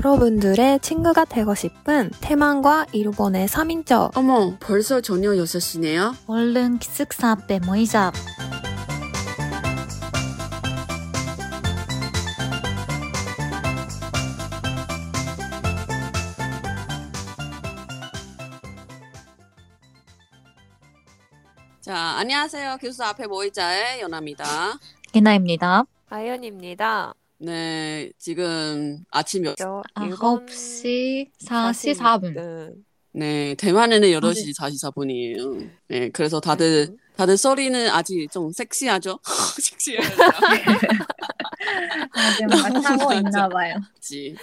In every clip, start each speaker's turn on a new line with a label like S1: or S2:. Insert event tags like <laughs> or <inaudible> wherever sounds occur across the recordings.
S1: 여러분들의 친구가 되고 싶은 태만과 일본의 3인조
S2: 어머, 벌써 저녁 6시네요?
S3: 얼른 기숙사 앞에 모이자.
S2: 자, 안녕하세요. 교수 앞에 모이자의 연아입니다.
S3: 리나입니다.
S1: 아연입니다.
S2: 네, 지금 아침 몇,
S1: 저
S3: 9시 4시 4분.
S2: 네, 대만에는 8시 44분이에요. 네, 그래서 다들, 다들 소리는 아직 좀 섹시하죠? <laughs> 섹시하지.
S4: 아, 지금
S3: <laughs>
S4: 타고 있나 봐요.
S1: 어.
S2: 그지?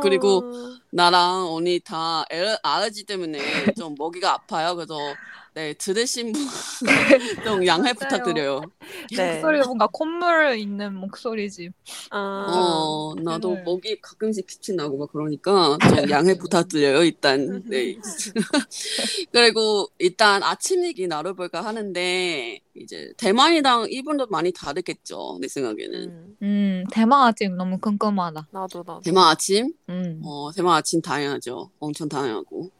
S2: 그리고 나랑 언니 다 알- 알러지 <laughs> 때문에 좀 먹이가 아파요. 그래서 네, 들으신 <laughs> 분좀 양해 부탁드려요.
S1: 네.
S5: 목소리가 뭔가 콧물 있는 목소리지.
S1: 어...
S2: 어, 나도
S5: 네.
S2: 목이 가끔씩 기침 나고 막 그러니까 좀 양해 부탁드려요, 일단. 네. <laughs> 그리고 일단 아침 얘기 나눠볼까 하는데, 이제 대만이랑 일본도 많이 다르겠죠, 내 생각에는.
S1: 음,
S3: 음, 대만 아직 너무 궁금하다.
S1: 나도 나도.
S2: 대만 아침?
S3: 음.
S2: 어, 대만 아침 다양하죠. 엄청 다양하고.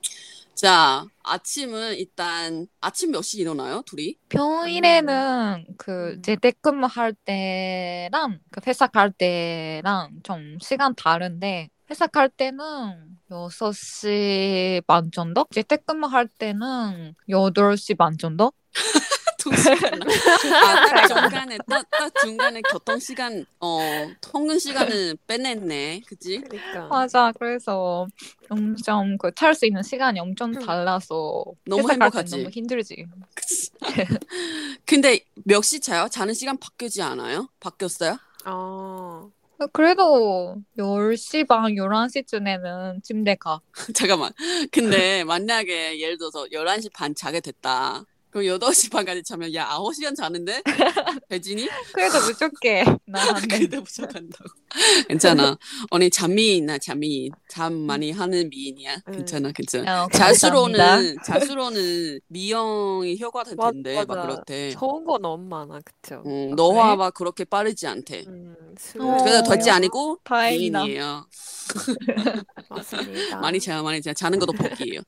S2: 자, 아침은 일단, 아침 몇 시 일어나요, 둘이? <laughs>
S3: 평일에는 그
S5: 음.
S3: 재택근무 할 때랑 그 회사 갈 때랑 좀 시간 다른데 회사 갈 때는 6시 반 정도? 재택근무 할 때는 8시 반 정도?
S2: 통시간. 아, 딱 중간에, 딱, 딱 중간에 교통시간, 어, 통근 시간을 빼냈네. 그치?
S1: 그러니까.
S3: 맞아. 그래서 엄청 그 탈 수 있는 시간이 엄청 달라서
S2: 음. 너무
S3: 회사 갈때
S2: 행복하지.
S3: 너무 힘들지.
S2: <laughs> 근데 몇 시 자요? 자는 시간 바뀌지 않아요? 바뀌었어요? <laughs>
S1: 어.
S3: 그래도 10시 반 11시쯤에는 침대 가.
S2: 잠깐만. 근데 만약에 예를 들어서 11시 반 자게 됐다. 그럼 8시 반까지 자면 야 9시간 자는데? 배진이?
S3: 그래도 무조건
S2: <laughs>
S3: 나한테
S2: 그래도 부족한다고. <laughs> 괜찮아. 언니 잠미인이나 잠미인. 잠 많이 하는 미인이야.
S1: 음.
S2: 괜찮아 괜찮아.
S3: 어, 감사합니다.
S2: 잘수로는 잘수로는 미영이 효과가 될
S1: 맞-
S2: 텐데 막
S1: 맞아.
S2: 그렇대.
S1: 좋은 건 너무 많아, 그쵸?
S2: 음, 너와 막 그렇게 빠르지 않대.
S1: 음,
S2: 그래서
S3: 어.
S2: 덜지 아니고
S5: 다행이다.
S2: 미인이에요.
S1: 맞습니다.
S2: 많이 자요 많이 자요. 자는 것도 복귀예요.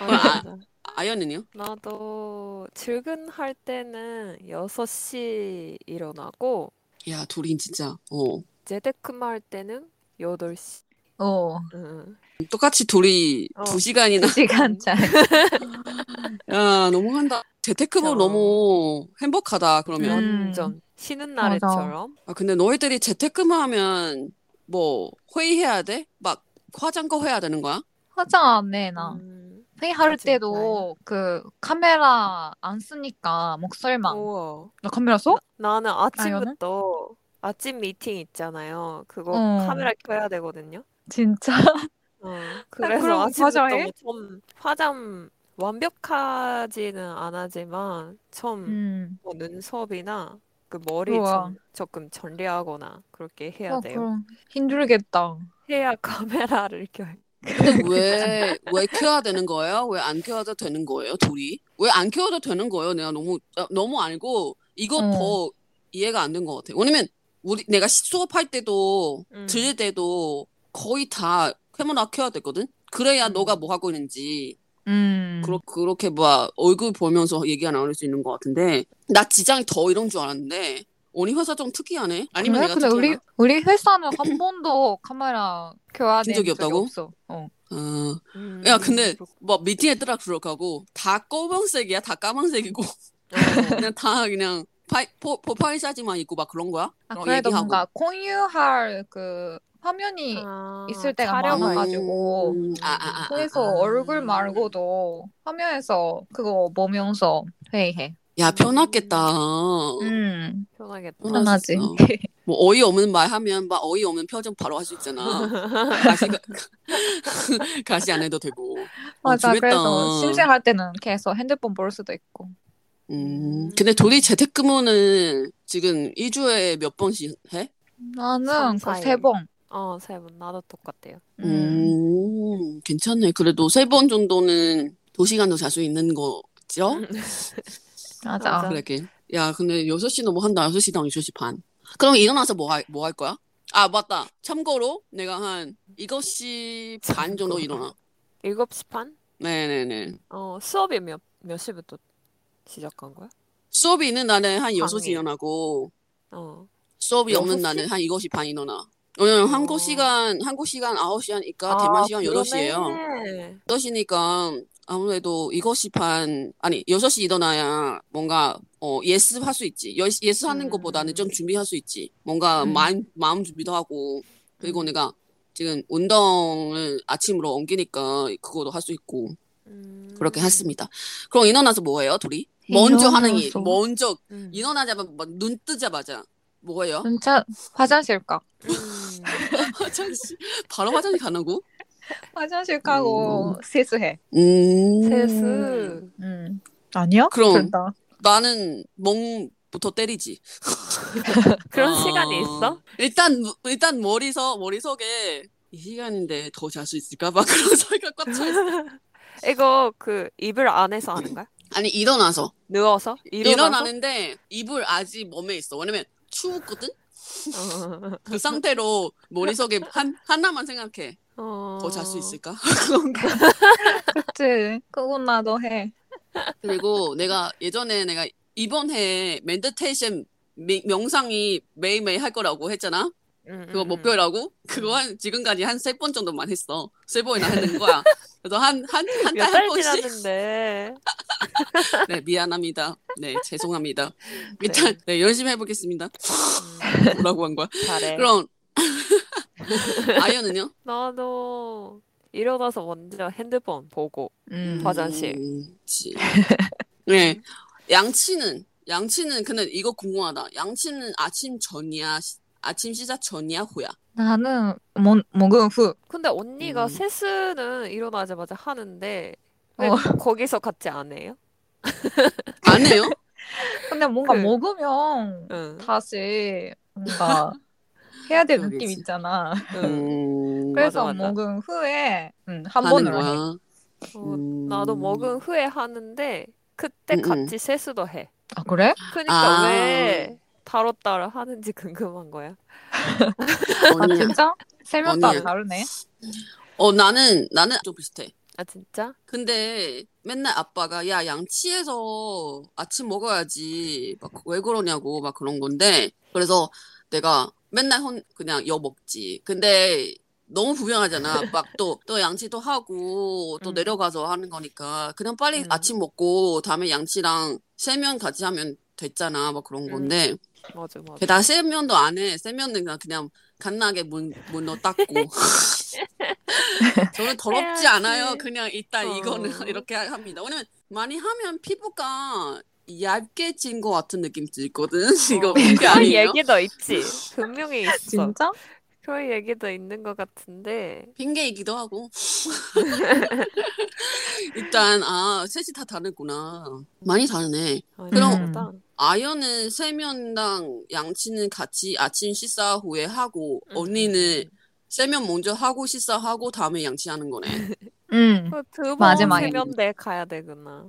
S1: 어,
S2: 아.
S1: 맞아.
S2: 아연은요?
S1: 나도 출근할 때는 6시 일어나고
S2: 야 둘이 진짜 어
S1: 재택근무 할 때는 8시.
S3: 어,
S1: 응.
S2: 똑같이 둘이
S1: 어.
S2: 두 시간이나
S3: 시간 잘.
S2: 음. 야 너무 한다 재테크부
S1: 어.
S2: 너무 행복하다 그러면
S3: 음.
S1: 완전 쉬는
S3: 맞아.
S1: 날에처럼.
S2: 아, 근데 너희들이 재테크만 하면 뭐 회의해야 돼? 막 화장거 해야 되는 거야?
S3: <laughs> 화장 안 해, 나.
S1: 음.
S3: 회의할
S1: 진짜요?
S3: 때도 그 카메라 안 쓰니까 목소리만.
S1: 우와.
S3: 나 카메라
S2: 음.
S3: 써?
S1: 나는
S3: 나연은?
S1: 아침부터 아침 미팅 있잖아요. 그거
S3: 어.
S1: 카메라 켜야 되거든요.
S3: 진짜?
S1: 어,
S3: 아,
S1: 그래서
S5: 그럼
S1: 아침부터
S5: 화장해?
S1: 뭐 좀 화장 완벽하지는 않았지만 좀
S3: 음.
S1: 뭐 눈썹이나 그 머리
S3: 우와.
S1: 좀 조금 전리하거나 그렇게 해야
S3: 어,
S1: 돼요.
S3: 그럼 힘들겠다.
S1: 해야 <laughs> 카메라를 켜요.
S2: 근데 왜, 왜 켜야 되는 거예요? 왜 안 켜도 되는 거예요, 둘이? 왜 안 켜도 되는 거예요? 내가 너무, 아, 너무 알고, 이거
S3: 어.
S2: 더 이해가 안 된 것 같아. 왜냐면, 우리, 내가 수업할 때도,
S1: 음.
S2: 들릴 때도 거의 다 카메라 켜야 되거든? 그래야
S1: 음.
S2: 너가 뭐 하고 있는지,
S3: 음.
S2: 그러, 그렇게 뭐 얼굴 보면서 얘기가 나올 수 있는 것 같은데, 나 지장이 더 이런 줄 알았는데, 언니 회사 좀 특이하네? 아니면
S3: 그래?
S2: 내가
S3: 근데
S2: 특이하나?
S3: 우리 우리 회사는 한 번도 카메라 교환한
S2: 본 적이 없다고?
S3: 없어. 어.
S2: 어,
S1: 음,
S2: 야, 근데,
S1: 그렇-
S2: 뭐, 미팅에 따라 그렇고, 다 검은색이야, 다 까만색이고.
S1: 어,
S2: <laughs> 그냥 다 그냥 파이, 포, 포파이 사진만 있고 막 그런 거야?
S3: 아,
S2: 그런 어,
S3: 그래도
S2: 얘기하고.
S3: 뭔가 공유할 그 화면이
S1: 아,
S3: 있을 때가
S1: 촬영할
S3: 많아가지고. 가지고.
S2: 음, 아, 아, 아,
S3: 그래서
S2: 아, 아.
S3: 얼굴 말고도 화면에서 그거 보면서 회의해.
S2: 야 편하겠다. 어.
S3: 음.
S1: 편하겠다.
S2: 편하겠어.
S3: 편하지.
S2: 뭐 어이 없는 말 하면 막 어이 없는 표정 바로 할 수 있잖아. 가시 <laughs> 가- 가시 안 해도 되고. 어,
S3: 맞아.
S2: 좋겠다.
S3: 그래서 심심할 때는 계속 핸드폰 볼 수도 있고.
S2: 음. 근데 둘이 재택근무는 지금 2주에 몇 번씩 해?
S3: 나는 그
S1: 삼사일.
S3: 세 번.
S1: 어, 세분 나도 똑같아요.
S3: 음.
S2: 음. 괜찮네. 그래도 세 번 정도는 2시간도 잘 수 있는 거죠?
S3: 맞아.
S1: 맞아.
S2: 그러게. 야, 근데 6시 넘어 한다. 6시당 6시 반. 그럼 일어나서 뭐 할, 뭐 할 거야? 아, 맞다. 참고로 내가 한 7시 반 정도 일어나.
S4: 7시 반?
S2: 네네네.
S4: 어, 수업이 몇, 몇 시부터 시작한 거야?
S2: 수업이 있는 날은 한 6시
S4: 방에.
S2: 일어나고,
S4: 어,
S2: 수업이 없는
S4: 6시?
S2: 날은 한 7시 반 일어나. 왜냐면 한국
S4: 어.
S2: 시간, 한국 시간 9시 하니까
S4: 아,
S2: 대만 시간 8시예요.
S4: 그러네.
S2: 8시니까 아무래도 7시 반, 아니, 6시 일어나야 뭔가, 어, 예스 할 수 있지. 예스, 예스 하는
S4: 음.
S2: 것보다는 좀 준비할 수 있지. 뭔가
S3: 음.
S2: 마음, 마음 준비도 하고, 그리고
S4: 음.
S2: 내가 지금 운동을 아침으로 옮기니까 그거도 할 수 있고.
S4: 음.
S2: 그렇게 했습니다. 그럼 일어나서 뭐 해요, 둘이? 먼저 하는 일,
S3: 일어나서?
S2: 먼저
S4: 음.
S2: 일어나자마자 뭐눈 뜨자마자 뭐 해요?
S3: 진짜 화장실 가.
S4: 음.
S2: <laughs> 화장실 바로 화장실 가는구?
S5: 화장실 가고 세수해.
S2: 음.
S4: 세수.
S3: 음. 아니야?
S2: 그럼.
S3: 둘 다.
S2: 나는 멍부터 때리지.
S4: 그런
S2: 어,
S4: 시간이 있어?
S2: 일단 일단 머리서 머릿속에 이 시간인데 더 잘 수 있을까? 막 <laughs> 그런 생각 꽉 차. 있어.
S4: 이거 그 이불 안에서 하는 거야?
S2: 아니 일어나서
S4: 누워서? 일어나서?
S2: 일어나는데 이불 아직 몸에 있어. 왜냐면 추웠거든.
S4: 일어나는...
S2: 그 상태로 머릿속에 한 하나만 생각해.
S4: <laughs> 어.
S2: 더 잘 수 있을까?
S3: 네. 그치. 그건 나도 해.
S2: 그리고 내가 예전에 내가 이번 해 멘디테이션 미- 명상이 매일매일 할 거라고 했잖아.
S4: 음,
S2: 그거
S4: 음,
S2: 목표라고. 그거 한 지금까지 한 세 번 정도만 했어. 세 번이나 하는 거야. 그래서 한 한 한 달
S4: 몇
S2: 한
S4: 달
S2: 번씩.
S4: 지났는데.
S2: 네 미안합니다. 네 죄송합니다.
S4: 네.
S2: 일단 네, 열심히 해보겠습니다.
S4: 음,
S2: 뭐라고 한 거야?
S4: 잘해.
S2: <laughs> 그럼 아이언은요?
S4: 나도 일어나서 먼저 핸드폰 보고.
S3: 음.
S4: 맞아. 화장실.
S2: 음, 지- 네 양치는 양치는 근데 이거 궁금하다. 양치는 아침 전이야. 시- 아침 시작 전이야 후야?
S3: 나는 뭐, 먹은 후.
S4: 근데 언니가
S2: 음.
S4: 세수는 일어나자마자 하는데 왜
S3: 어.
S4: 거기서 같이 안 해요?
S2: 안 해요?
S3: 근데 뭔가
S4: 그-
S3: 먹으면
S4: 응.
S3: 다시
S2: <laughs>
S3: 뭔가 해야 될 느낌
S2: 그러겠지.
S3: 있잖아.
S2: 음.
S4: 응.
S3: 그래서
S4: 맞아.
S3: 먹은 후에 음, 한
S2: 하는
S3: 번으로 해.
S2: 거야.
S4: 어, 나도 먹은 후에 하는데 그때
S2: 음, 음.
S4: 같이 세수도 해.
S3: 아 그래?
S4: 그러니까
S2: 아.
S4: 왜 따로따로 하는지 <laughs> 궁금한 거야.
S3: 아
S2: 언니야.
S3: 진짜? 세 명 다
S2: 언니야.
S3: 다르네.
S2: 어 나는 나는 좀 비슷해.
S4: 아 진짜?
S2: 근데 맨날 아빠가 야 양치해서 아침 먹어야지 막 왜 그러냐고 막 그런 건데 그래서 내가 맨날 혼 그냥 여 먹지. 근데 너무
S4: <laughs>
S2: 불편하잖아. 막 또 또 양치도 하고 또
S4: 음.
S2: 내려가서 하는 거니까 그냥 빨리
S4: 음.
S2: 아침 먹고 다음에 양치랑 세면 같이 하면 됐잖아. 막
S4: 음.
S2: 그런 건데
S4: 맞아 맞아.
S2: 게다가 세면도 안 해. 세면은 그냥, 그냥 갓나게 문, 문어 닦고. 저는 더럽지
S4: 해야지.
S2: 않아요. 그냥 일단
S4: 어.
S2: 이거는 <laughs> 이렇게 합니다. 왜냐면 많이 하면 피부가 얇게 진 것 같은 느낌 들거든. 이거 그게
S4: 어. 그런
S2: 아니에요?
S4: 얘기도 있지.
S3: <laughs>
S4: 분명히 있어.
S3: 어. 진짜?
S4: 그런 얘기도 있는 것 같은데.
S2: 핑계이기도 하고. <laughs> 일단, 아, 셋이 다 다르구나. 많이 다르네.
S4: 아니,
S2: 그럼-
S4: 그러다.
S2: 아연은 세면당 양치는 같이 아침 식사 후에 하고,
S4: 음,
S2: 언니는
S4: 음,
S2: 세면 먼저 하고 식사하고 다음에 양치하는 거네.
S3: 응.
S4: 음. 그두번
S3: 마지막에.
S4: 세면대 가야 되구나.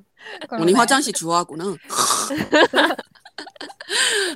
S2: 언니 화장실
S4: <laughs>
S2: 좋아하구나.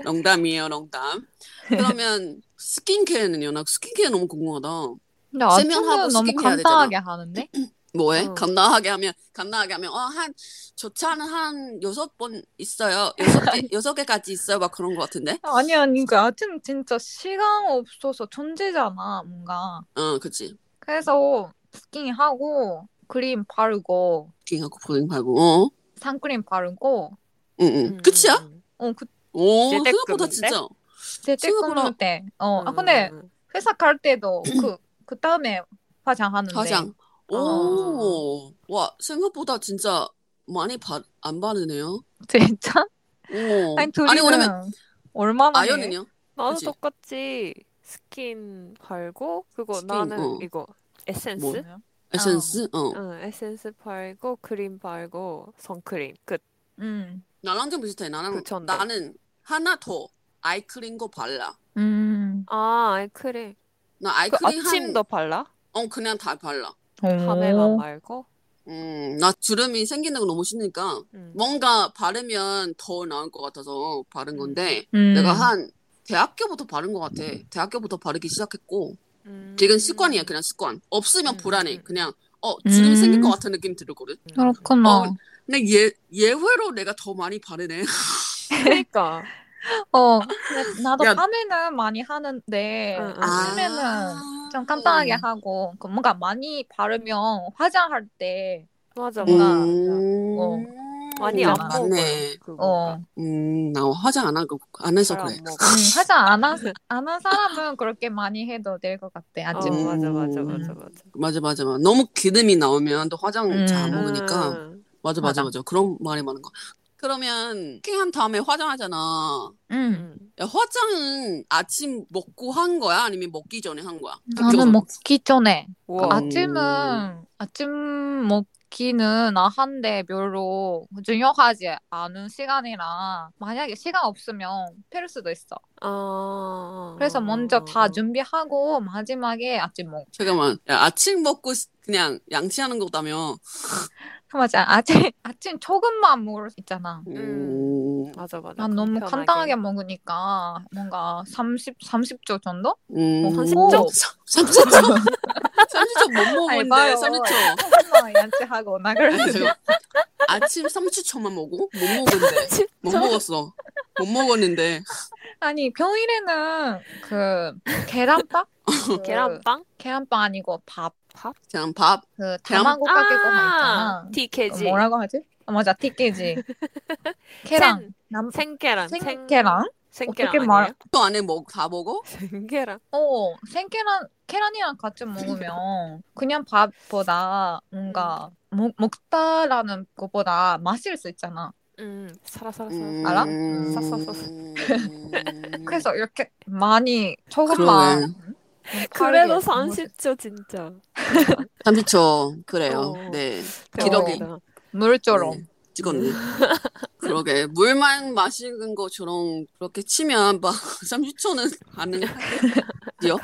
S2: 농담이에요, 농담. 그러면 스킨케어는요? 나 스킨케어 너무 궁금하다.
S3: 근데
S2: 세면하고
S3: 아침은 너무
S2: 스킨케어 해야
S3: 간단하게 하는데?
S2: 뭐해?
S4: 어.
S2: 감당하게 하면 감당하게 하면 어, 한 저차는 한 여섯 번 있어요. 여섯
S4: <laughs>
S2: 개 여섯 개까지 있어요. 막 그런 것 같은데.
S3: 아니 아니 그 아침 진짜 시간 없어서 존재잖아 뭔가.
S2: 어, 그치.
S3: 그래서 스킨하고 크림 바르고
S2: 스킨하고 보행 하고. 어,
S3: 선크림 바르고
S2: 응, 응.
S4: 음,
S2: 끝이야?
S4: 음,
S3: 어 그,
S2: 오,
S4: 제대급인데?
S2: 생각보다 진짜.
S3: 재택근무
S2: 친구랑-
S3: 때.
S4: 음.
S3: 어. 아 근데
S4: 음,
S3: 회사 갈 때도 그, 그 다음에
S4: 네.
S3: 화장하는데.
S2: 음. 화장.
S4: 아.
S2: 오, 와, 생각보다 진짜 많이 바, 안 바르네요.
S3: <laughs> 진짜?
S2: 오.
S3: 아니, 둘이는
S2: 어.
S3: 어.
S2: 왜냐면
S3: 얼마나 해?
S2: 아연은요?
S4: 나도
S2: 그치?
S4: 똑같이 스킨 발고 그거
S2: 스킨,
S4: 나는
S2: 어.
S4: 이거 에센스?
S2: 뭐? 에센스? 어.
S4: 응, 에센스 발고 크림 발고 선크림 그 끝.
S3: 음.
S2: 나랑 좀 비슷해. 나랑
S4: 그 전대.
S2: 어, 나는 하나 더 아이크림 거 발라.
S3: 음.
S4: 아, 아이크림.
S2: 나
S4: 그
S2: 아이크림
S4: 아침도 발라?
S2: 네, 한, 어 그냥 다 발라.
S4: 밤에만 말고?
S2: 음, 나 주름이 생기는 거 너무 싫으니까
S4: 응.
S2: 뭔가 바르면 더 나을 것 같아서 바른 건데
S3: 음.
S2: 내가 한 대학교부터 바른 것 같아. 대학교부터 바르기 시작했고
S4: 음.
S2: 지금 습관이야 그냥 습관. 없으면
S4: 음,
S2: 불안해.
S4: 음.
S2: 그냥 어 지금
S3: 음.
S2: 생길 것 같은 느낌 들거든.
S3: 아,
S4: 그러니까.
S3: 그렇구나.
S2: 어, 근데 예 예외로 내가 더 많이 바르네.
S4: 그러니까
S3: 어,
S2: <laughs>
S3: 근데 나도
S2: 야.
S3: 밤에는 많이 하는데
S4: 응, 응.
S3: 아침에는 좀 간단하게 하고 그 뭔가 많이 바르면 화장할 때
S4: 맞아
S3: 음.
S4: 맞아.
S3: 어.
S4: 많이 안
S3: 맞네.
S4: 먹어.
S3: 어,
S4: 그거.
S3: 음,
S2: 음, 나 화장 안 하고 안 해서
S4: 잘안
S2: 그래.
S4: 먹어.
S3: 화장 안 한 사람은 그렇게 많이 해도 될 것 <laughs> 같아
S4: 어,
S3: 아침.
S2: 음.
S4: 맞아 맞아 맞아 맞아.
S2: 맞아 맞아 맞아. 너무 기름이 나오면 또 화장
S3: 음.
S2: 잘 안 먹으니까.
S4: 음.
S2: 맞아 맞아
S3: 맞아.
S2: 맞아. 그런 말이 많은 거. 그러면 킹한 다음에 화장하잖아.
S3: 음.
S4: 음.
S2: 야, 화장은 아침 먹고 한 거야? 아니면 먹기 전에 한 거야?
S3: 나는 먹기 전에
S4: 우와.
S2: 아,
S3: 아침은 아침 먹기는 아, 나한데 별로 중요하지 않은 시간이라 만약에 시간 없으면 패를 수도 있어.
S4: 아.
S3: 그래서 먼저 다 준비하고 마지막에 아침 먹.
S2: 잠깐만. 야, 아침 먹고 시- 그냥 양치하는 거다며.
S3: 맞아. 아침 <laughs> 아침 조금만 먹을 수 있잖아.
S2: 음.
S4: 맞아 맞아.
S3: 난 너무
S4: 간편하게.
S3: 간단하게 먹으니까 뭔가 30 30초 정도?
S2: 음.
S3: 어, 한
S2: 30초?
S3: 삼십 초?
S2: 30초? 30초 못
S3: 아니,
S2: 먹는데
S3: 봐요.
S2: 30초.
S3: 조금만 양치하고 나가려.
S2: 아니, 제가 아침 30초만 먹어? 못 먹었는데. 못 먹었어. 못 먹었는데.
S3: <laughs> 아니 평일에는 그
S4: <laughs>
S3: 계란밥? 그
S4: 계란빵?
S3: 계란빵 아니고 밥.
S2: 그냥 밥.
S3: 그
S2: 계란-
S4: 아!
S3: 다망고 가게 거 있잖아.
S4: 티케지.
S3: 어, 뭐라고 하지? 아, 맞아,
S4: <laughs>
S3: 티케지. 계란. 남...
S4: 생계란.
S3: 생... 계란?
S4: 생계란
S3: 어떻게
S4: 아니에요?
S3: 말-
S2: 또 안에 먹, 다 먹어?
S4: 생계란.
S3: 어, 생계란, 계란이랑 같이 먹으면 그냥 밥보다 뭔가 먹, 먹다라는 것보다 마실 수 있잖아.
S4: 음. 살아 살아 살아.
S2: 음.
S3: 알아?
S2: 음.
S4: 싹싹싹싹.
S3: 그래서 이렇게 많이 조금만. 음,
S4: 그래도 30초 진짜.
S2: 30초. 그래요.
S4: 어.
S2: 네.
S3: 기러기.
S4: 대박이다.
S3: 물처럼.
S2: 네, 찍었네. 그러게 물만 마시는 것처럼 그렇게 치면 막 <laughs> 30초는 가능하겠지요?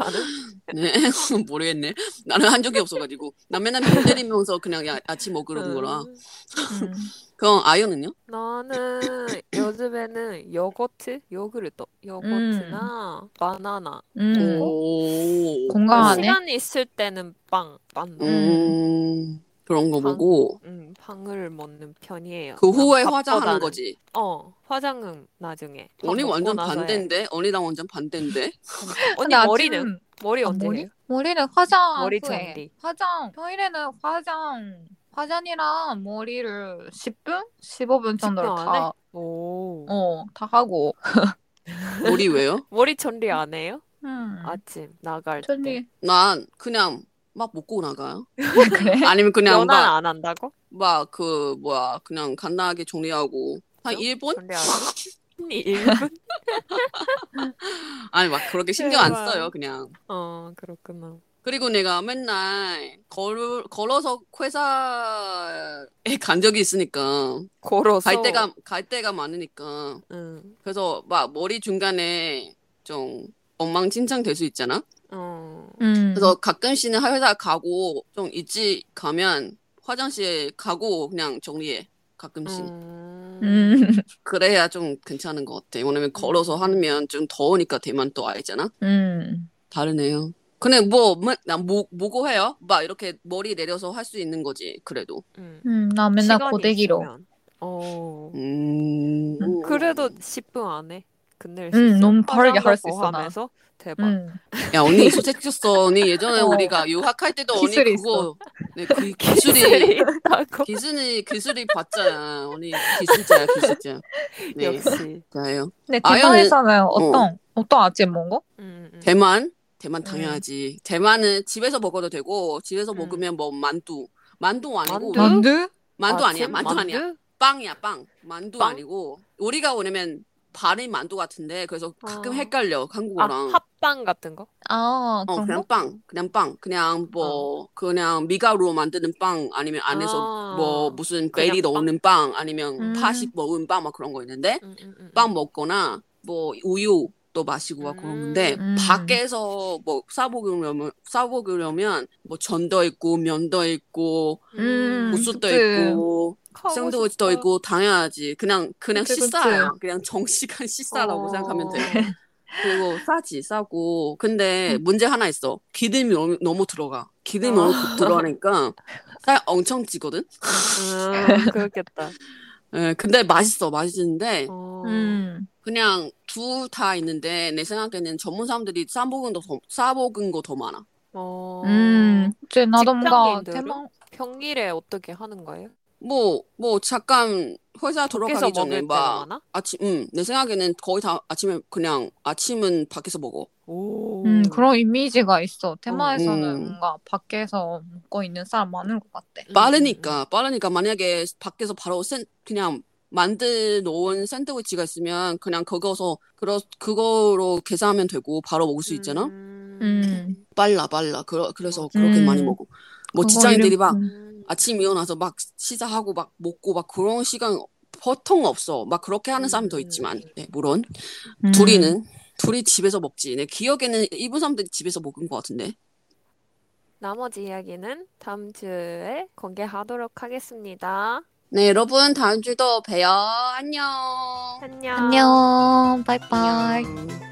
S2: 네, <laughs> 모르겠네. 나는 한 적이 없어가지고 나 맨날 병 때리면서 그냥 야, 아침 먹으러 온 거라.
S4: 음. <laughs>
S3: 음.
S2: 그럼 아이언은요?
S4: 나는
S2: <clears throat>
S4: 요즘에는 요거트, 요구르트, 요거트나 바나나.
S3: 음.
S2: 오.
S3: 공감하네.
S4: 시간 있을 때는 빵, 빵,
S2: 음, 음, 그런 거 보고
S4: 음, 빵을 먹는 편이에요.
S2: 그 후에
S4: 밥보다는.
S2: 화장하는 거지.
S4: 어, 화장은 나중에. 밥
S2: 언니
S4: 먹고
S2: 완전
S4: 나서 해.
S2: 반대인데? 언니 나 완전 반대인데?
S4: 언니
S3: 근데 아침-
S4: 머리는 머리
S3: 아,
S4: 언제
S3: 머리?
S4: 해요?
S3: 머리는 화장
S4: 머리
S3: 후에.
S4: 정리.
S3: 화장 평일에는 화장 화장이랑 머리를 10분, 15분 정도를
S4: 10분
S3: 다
S4: 안에? 오.
S3: 어, 다 하고
S2: 머리 왜요?
S4: 머리 전리 안 해요?
S3: 음.
S4: 아침 나갈 때.
S3: 천리
S2: 난 그냥 막 먹고 나가요.
S3: <laughs> 그래.
S2: 아니면 그냥
S4: 연한
S2: 막
S4: 안 한다고?
S2: 막 그 뭐야 그냥 간단하게 정리하고 한
S4: 그죠? 네.
S2: 1분?
S4: <laughs> 전리 안 하고? 1분?
S2: 아니 막 그렇게 신경 안
S4: 대박.
S2: 써요 그냥
S4: 어, 그렇구나.
S2: 그리고 내가 맨날 걸, 걸어서 회사에 간 적이 있으니까
S4: 걸어서.
S2: 갈 때가 갈 때가 많으니까
S4: 응.
S2: 그래서 막 머리 중간에 좀 엉망진창 될 수 있잖아
S4: 어.
S3: 음.
S2: 그래서 가끔씩은 회사 가고 좀 일찍 가면 화장실 가고 그냥 정리해 가끔씩
S4: 음.
S3: 음.
S2: 그래야 좀 괜찮은 것 같아. 왜냐면 걸어서 하면 좀 더우니까 대만 또 알잖아.
S3: 음.
S2: 다르네요. 근데 뭐, 뭐, 난 뭐, 뭐고 해요? 막 이렇게 머리 내려서 할 수 있는 거지, 그래도.
S4: 음.
S3: 음. 나 맨날
S4: 시간이
S3: 고데기로.
S4: 있으면. 어.
S2: 음.
S4: 그래도 10분 안에 끝낼
S3: 음,
S4: 있어.
S3: 너무 빠르게
S4: 화장도
S3: 할수 있어, 나.
S4: 하면서 대박. <laughs>
S3: 음.
S2: 야, 언니 수색했어. 언니 예전에
S3: 어.
S2: 우리가 유학할 때도 언니
S3: 기술이
S2: 그거. 네,
S4: <laughs>
S2: 그 기술이.
S4: 기술이 있다고.
S2: 기술이, 기술이 봤잖아. 언니 기술자야, 기술자. 네,
S4: 역시.
S2: 좋아요.
S3: 근데
S2: 아연은-
S3: 대만에서는 어떤 어. 떤 아침 먹어?
S4: 음, 음. 음.
S2: 대만? 대만 당연하지. 대만은 집에서 먹어도 되고, 집에서 먹으면 뭐 만두. 만두 아니고,
S4: 만두?
S3: 만두?
S2: 만두 아니야,
S4: 아침
S2: 만두 아니야.
S4: 만두?
S2: 빵이야, 빵. 만두
S4: 빵?
S2: 아니고 우리가 오냐면 발이 만두 같은데 그래서 가끔
S4: 어.
S2: 헷갈려
S4: 아,
S2: 한국어랑.
S4: 핫빵 같은 거?
S3: 아,
S2: 어,
S3: 그런
S2: 그냥
S3: 거?
S2: 빵, 그냥 빵, 그냥 뭐 그냥 미가루로 만드는 빵 아니면 안에서
S4: 아.
S2: 뭐 무슨 베리
S4: 그냥 빵?
S2: 넣는 빵 아니면
S3: 음.
S2: 파식 먹은 빵 막 그런 거 있는데
S4: 음, 음, 음.
S2: 빵 먹거나 뭐 우유. 또 마시고 막 그런 건데
S3: 음.
S2: 밖에서 뭐 싸먹으려면 싸먹으려면 뭐 전도 있고 면도 있고
S3: 음.
S2: 국수도
S3: 그치.
S2: 있고
S4: 가고
S2: 샌드위치도
S4: 싶다.
S2: 있고 당연하지. 그냥 그냥
S3: 그치,
S2: 식사야. 그냥 정시간 식사라고
S4: 어.
S2: 생각하면 돼. 그리고 싸지 싸고 근데
S4: 음.
S2: 문제 하나 있어 기름이 너무, 너무 들어가 기름이 너무
S4: <laughs>
S2: 들어가니까 쌀 엄청 찌거든
S4: 음,
S2: <laughs>
S4: 그렇겠다.
S2: 예, 근데 맛있어 맛있는데
S4: 어.
S3: 음.
S2: 그냥 둘 다 있는데 내 생각에는 전문 사람들이 싸먹은 거 더, 싸먹은 거 더 많아
S4: 어.
S3: 음. 이제 나도 뭔가 음,
S4: 직장인들은?
S3: 대만
S4: 평일에 어떻게 하는 거예요?
S2: 뭐 뭐 잠깐 회사
S4: 밖에서
S2: 돌아가기
S4: 먹을
S2: 전에
S4: 때가
S2: 막
S4: 많아?
S2: 아침 음 내 생각에는 거의 다 아침에 그냥 아침은 밖에서 먹어
S4: 오.
S3: 음, 그런 이미지가 있어. 대만에서는
S2: 음.
S3: 뭔가 밖에서 먹고 있는 사람 많을 것 같아.
S2: 빠르니까 빠르니까 만약에 밖에서 바로 센 그냥 만들 놓은 샌드위치가 있으면 그냥 그거서 그러, 그거로 계산하면 되고 바로 먹을 수 있잖아
S4: 음.
S3: 음.
S2: 빨라 빨라 그러, 그래서 그렇게
S3: 음.
S2: 많이 먹어 뭐
S3: 그거
S2: 직장인들이
S3: 이름-
S2: 막
S3: 음.
S2: 아침 일어나서 막 시사하고 막 먹고 막 그런 시간 보통 없어 막 그렇게 하는 사람도
S4: 음.
S2: 있지만 네, 물론
S3: 음.
S2: 둘이는 둘이 집에서 먹지 내 기억에는 일본 사람들이 집에서 먹은 것 같은데
S4: 나머지 이야기는 다음 주에 공개하도록 하겠습니다.
S2: 네 여러분 다음 주도 봬요 안녕
S4: 안녕.
S3: 안녕. 바이바이.
S2: 안녕.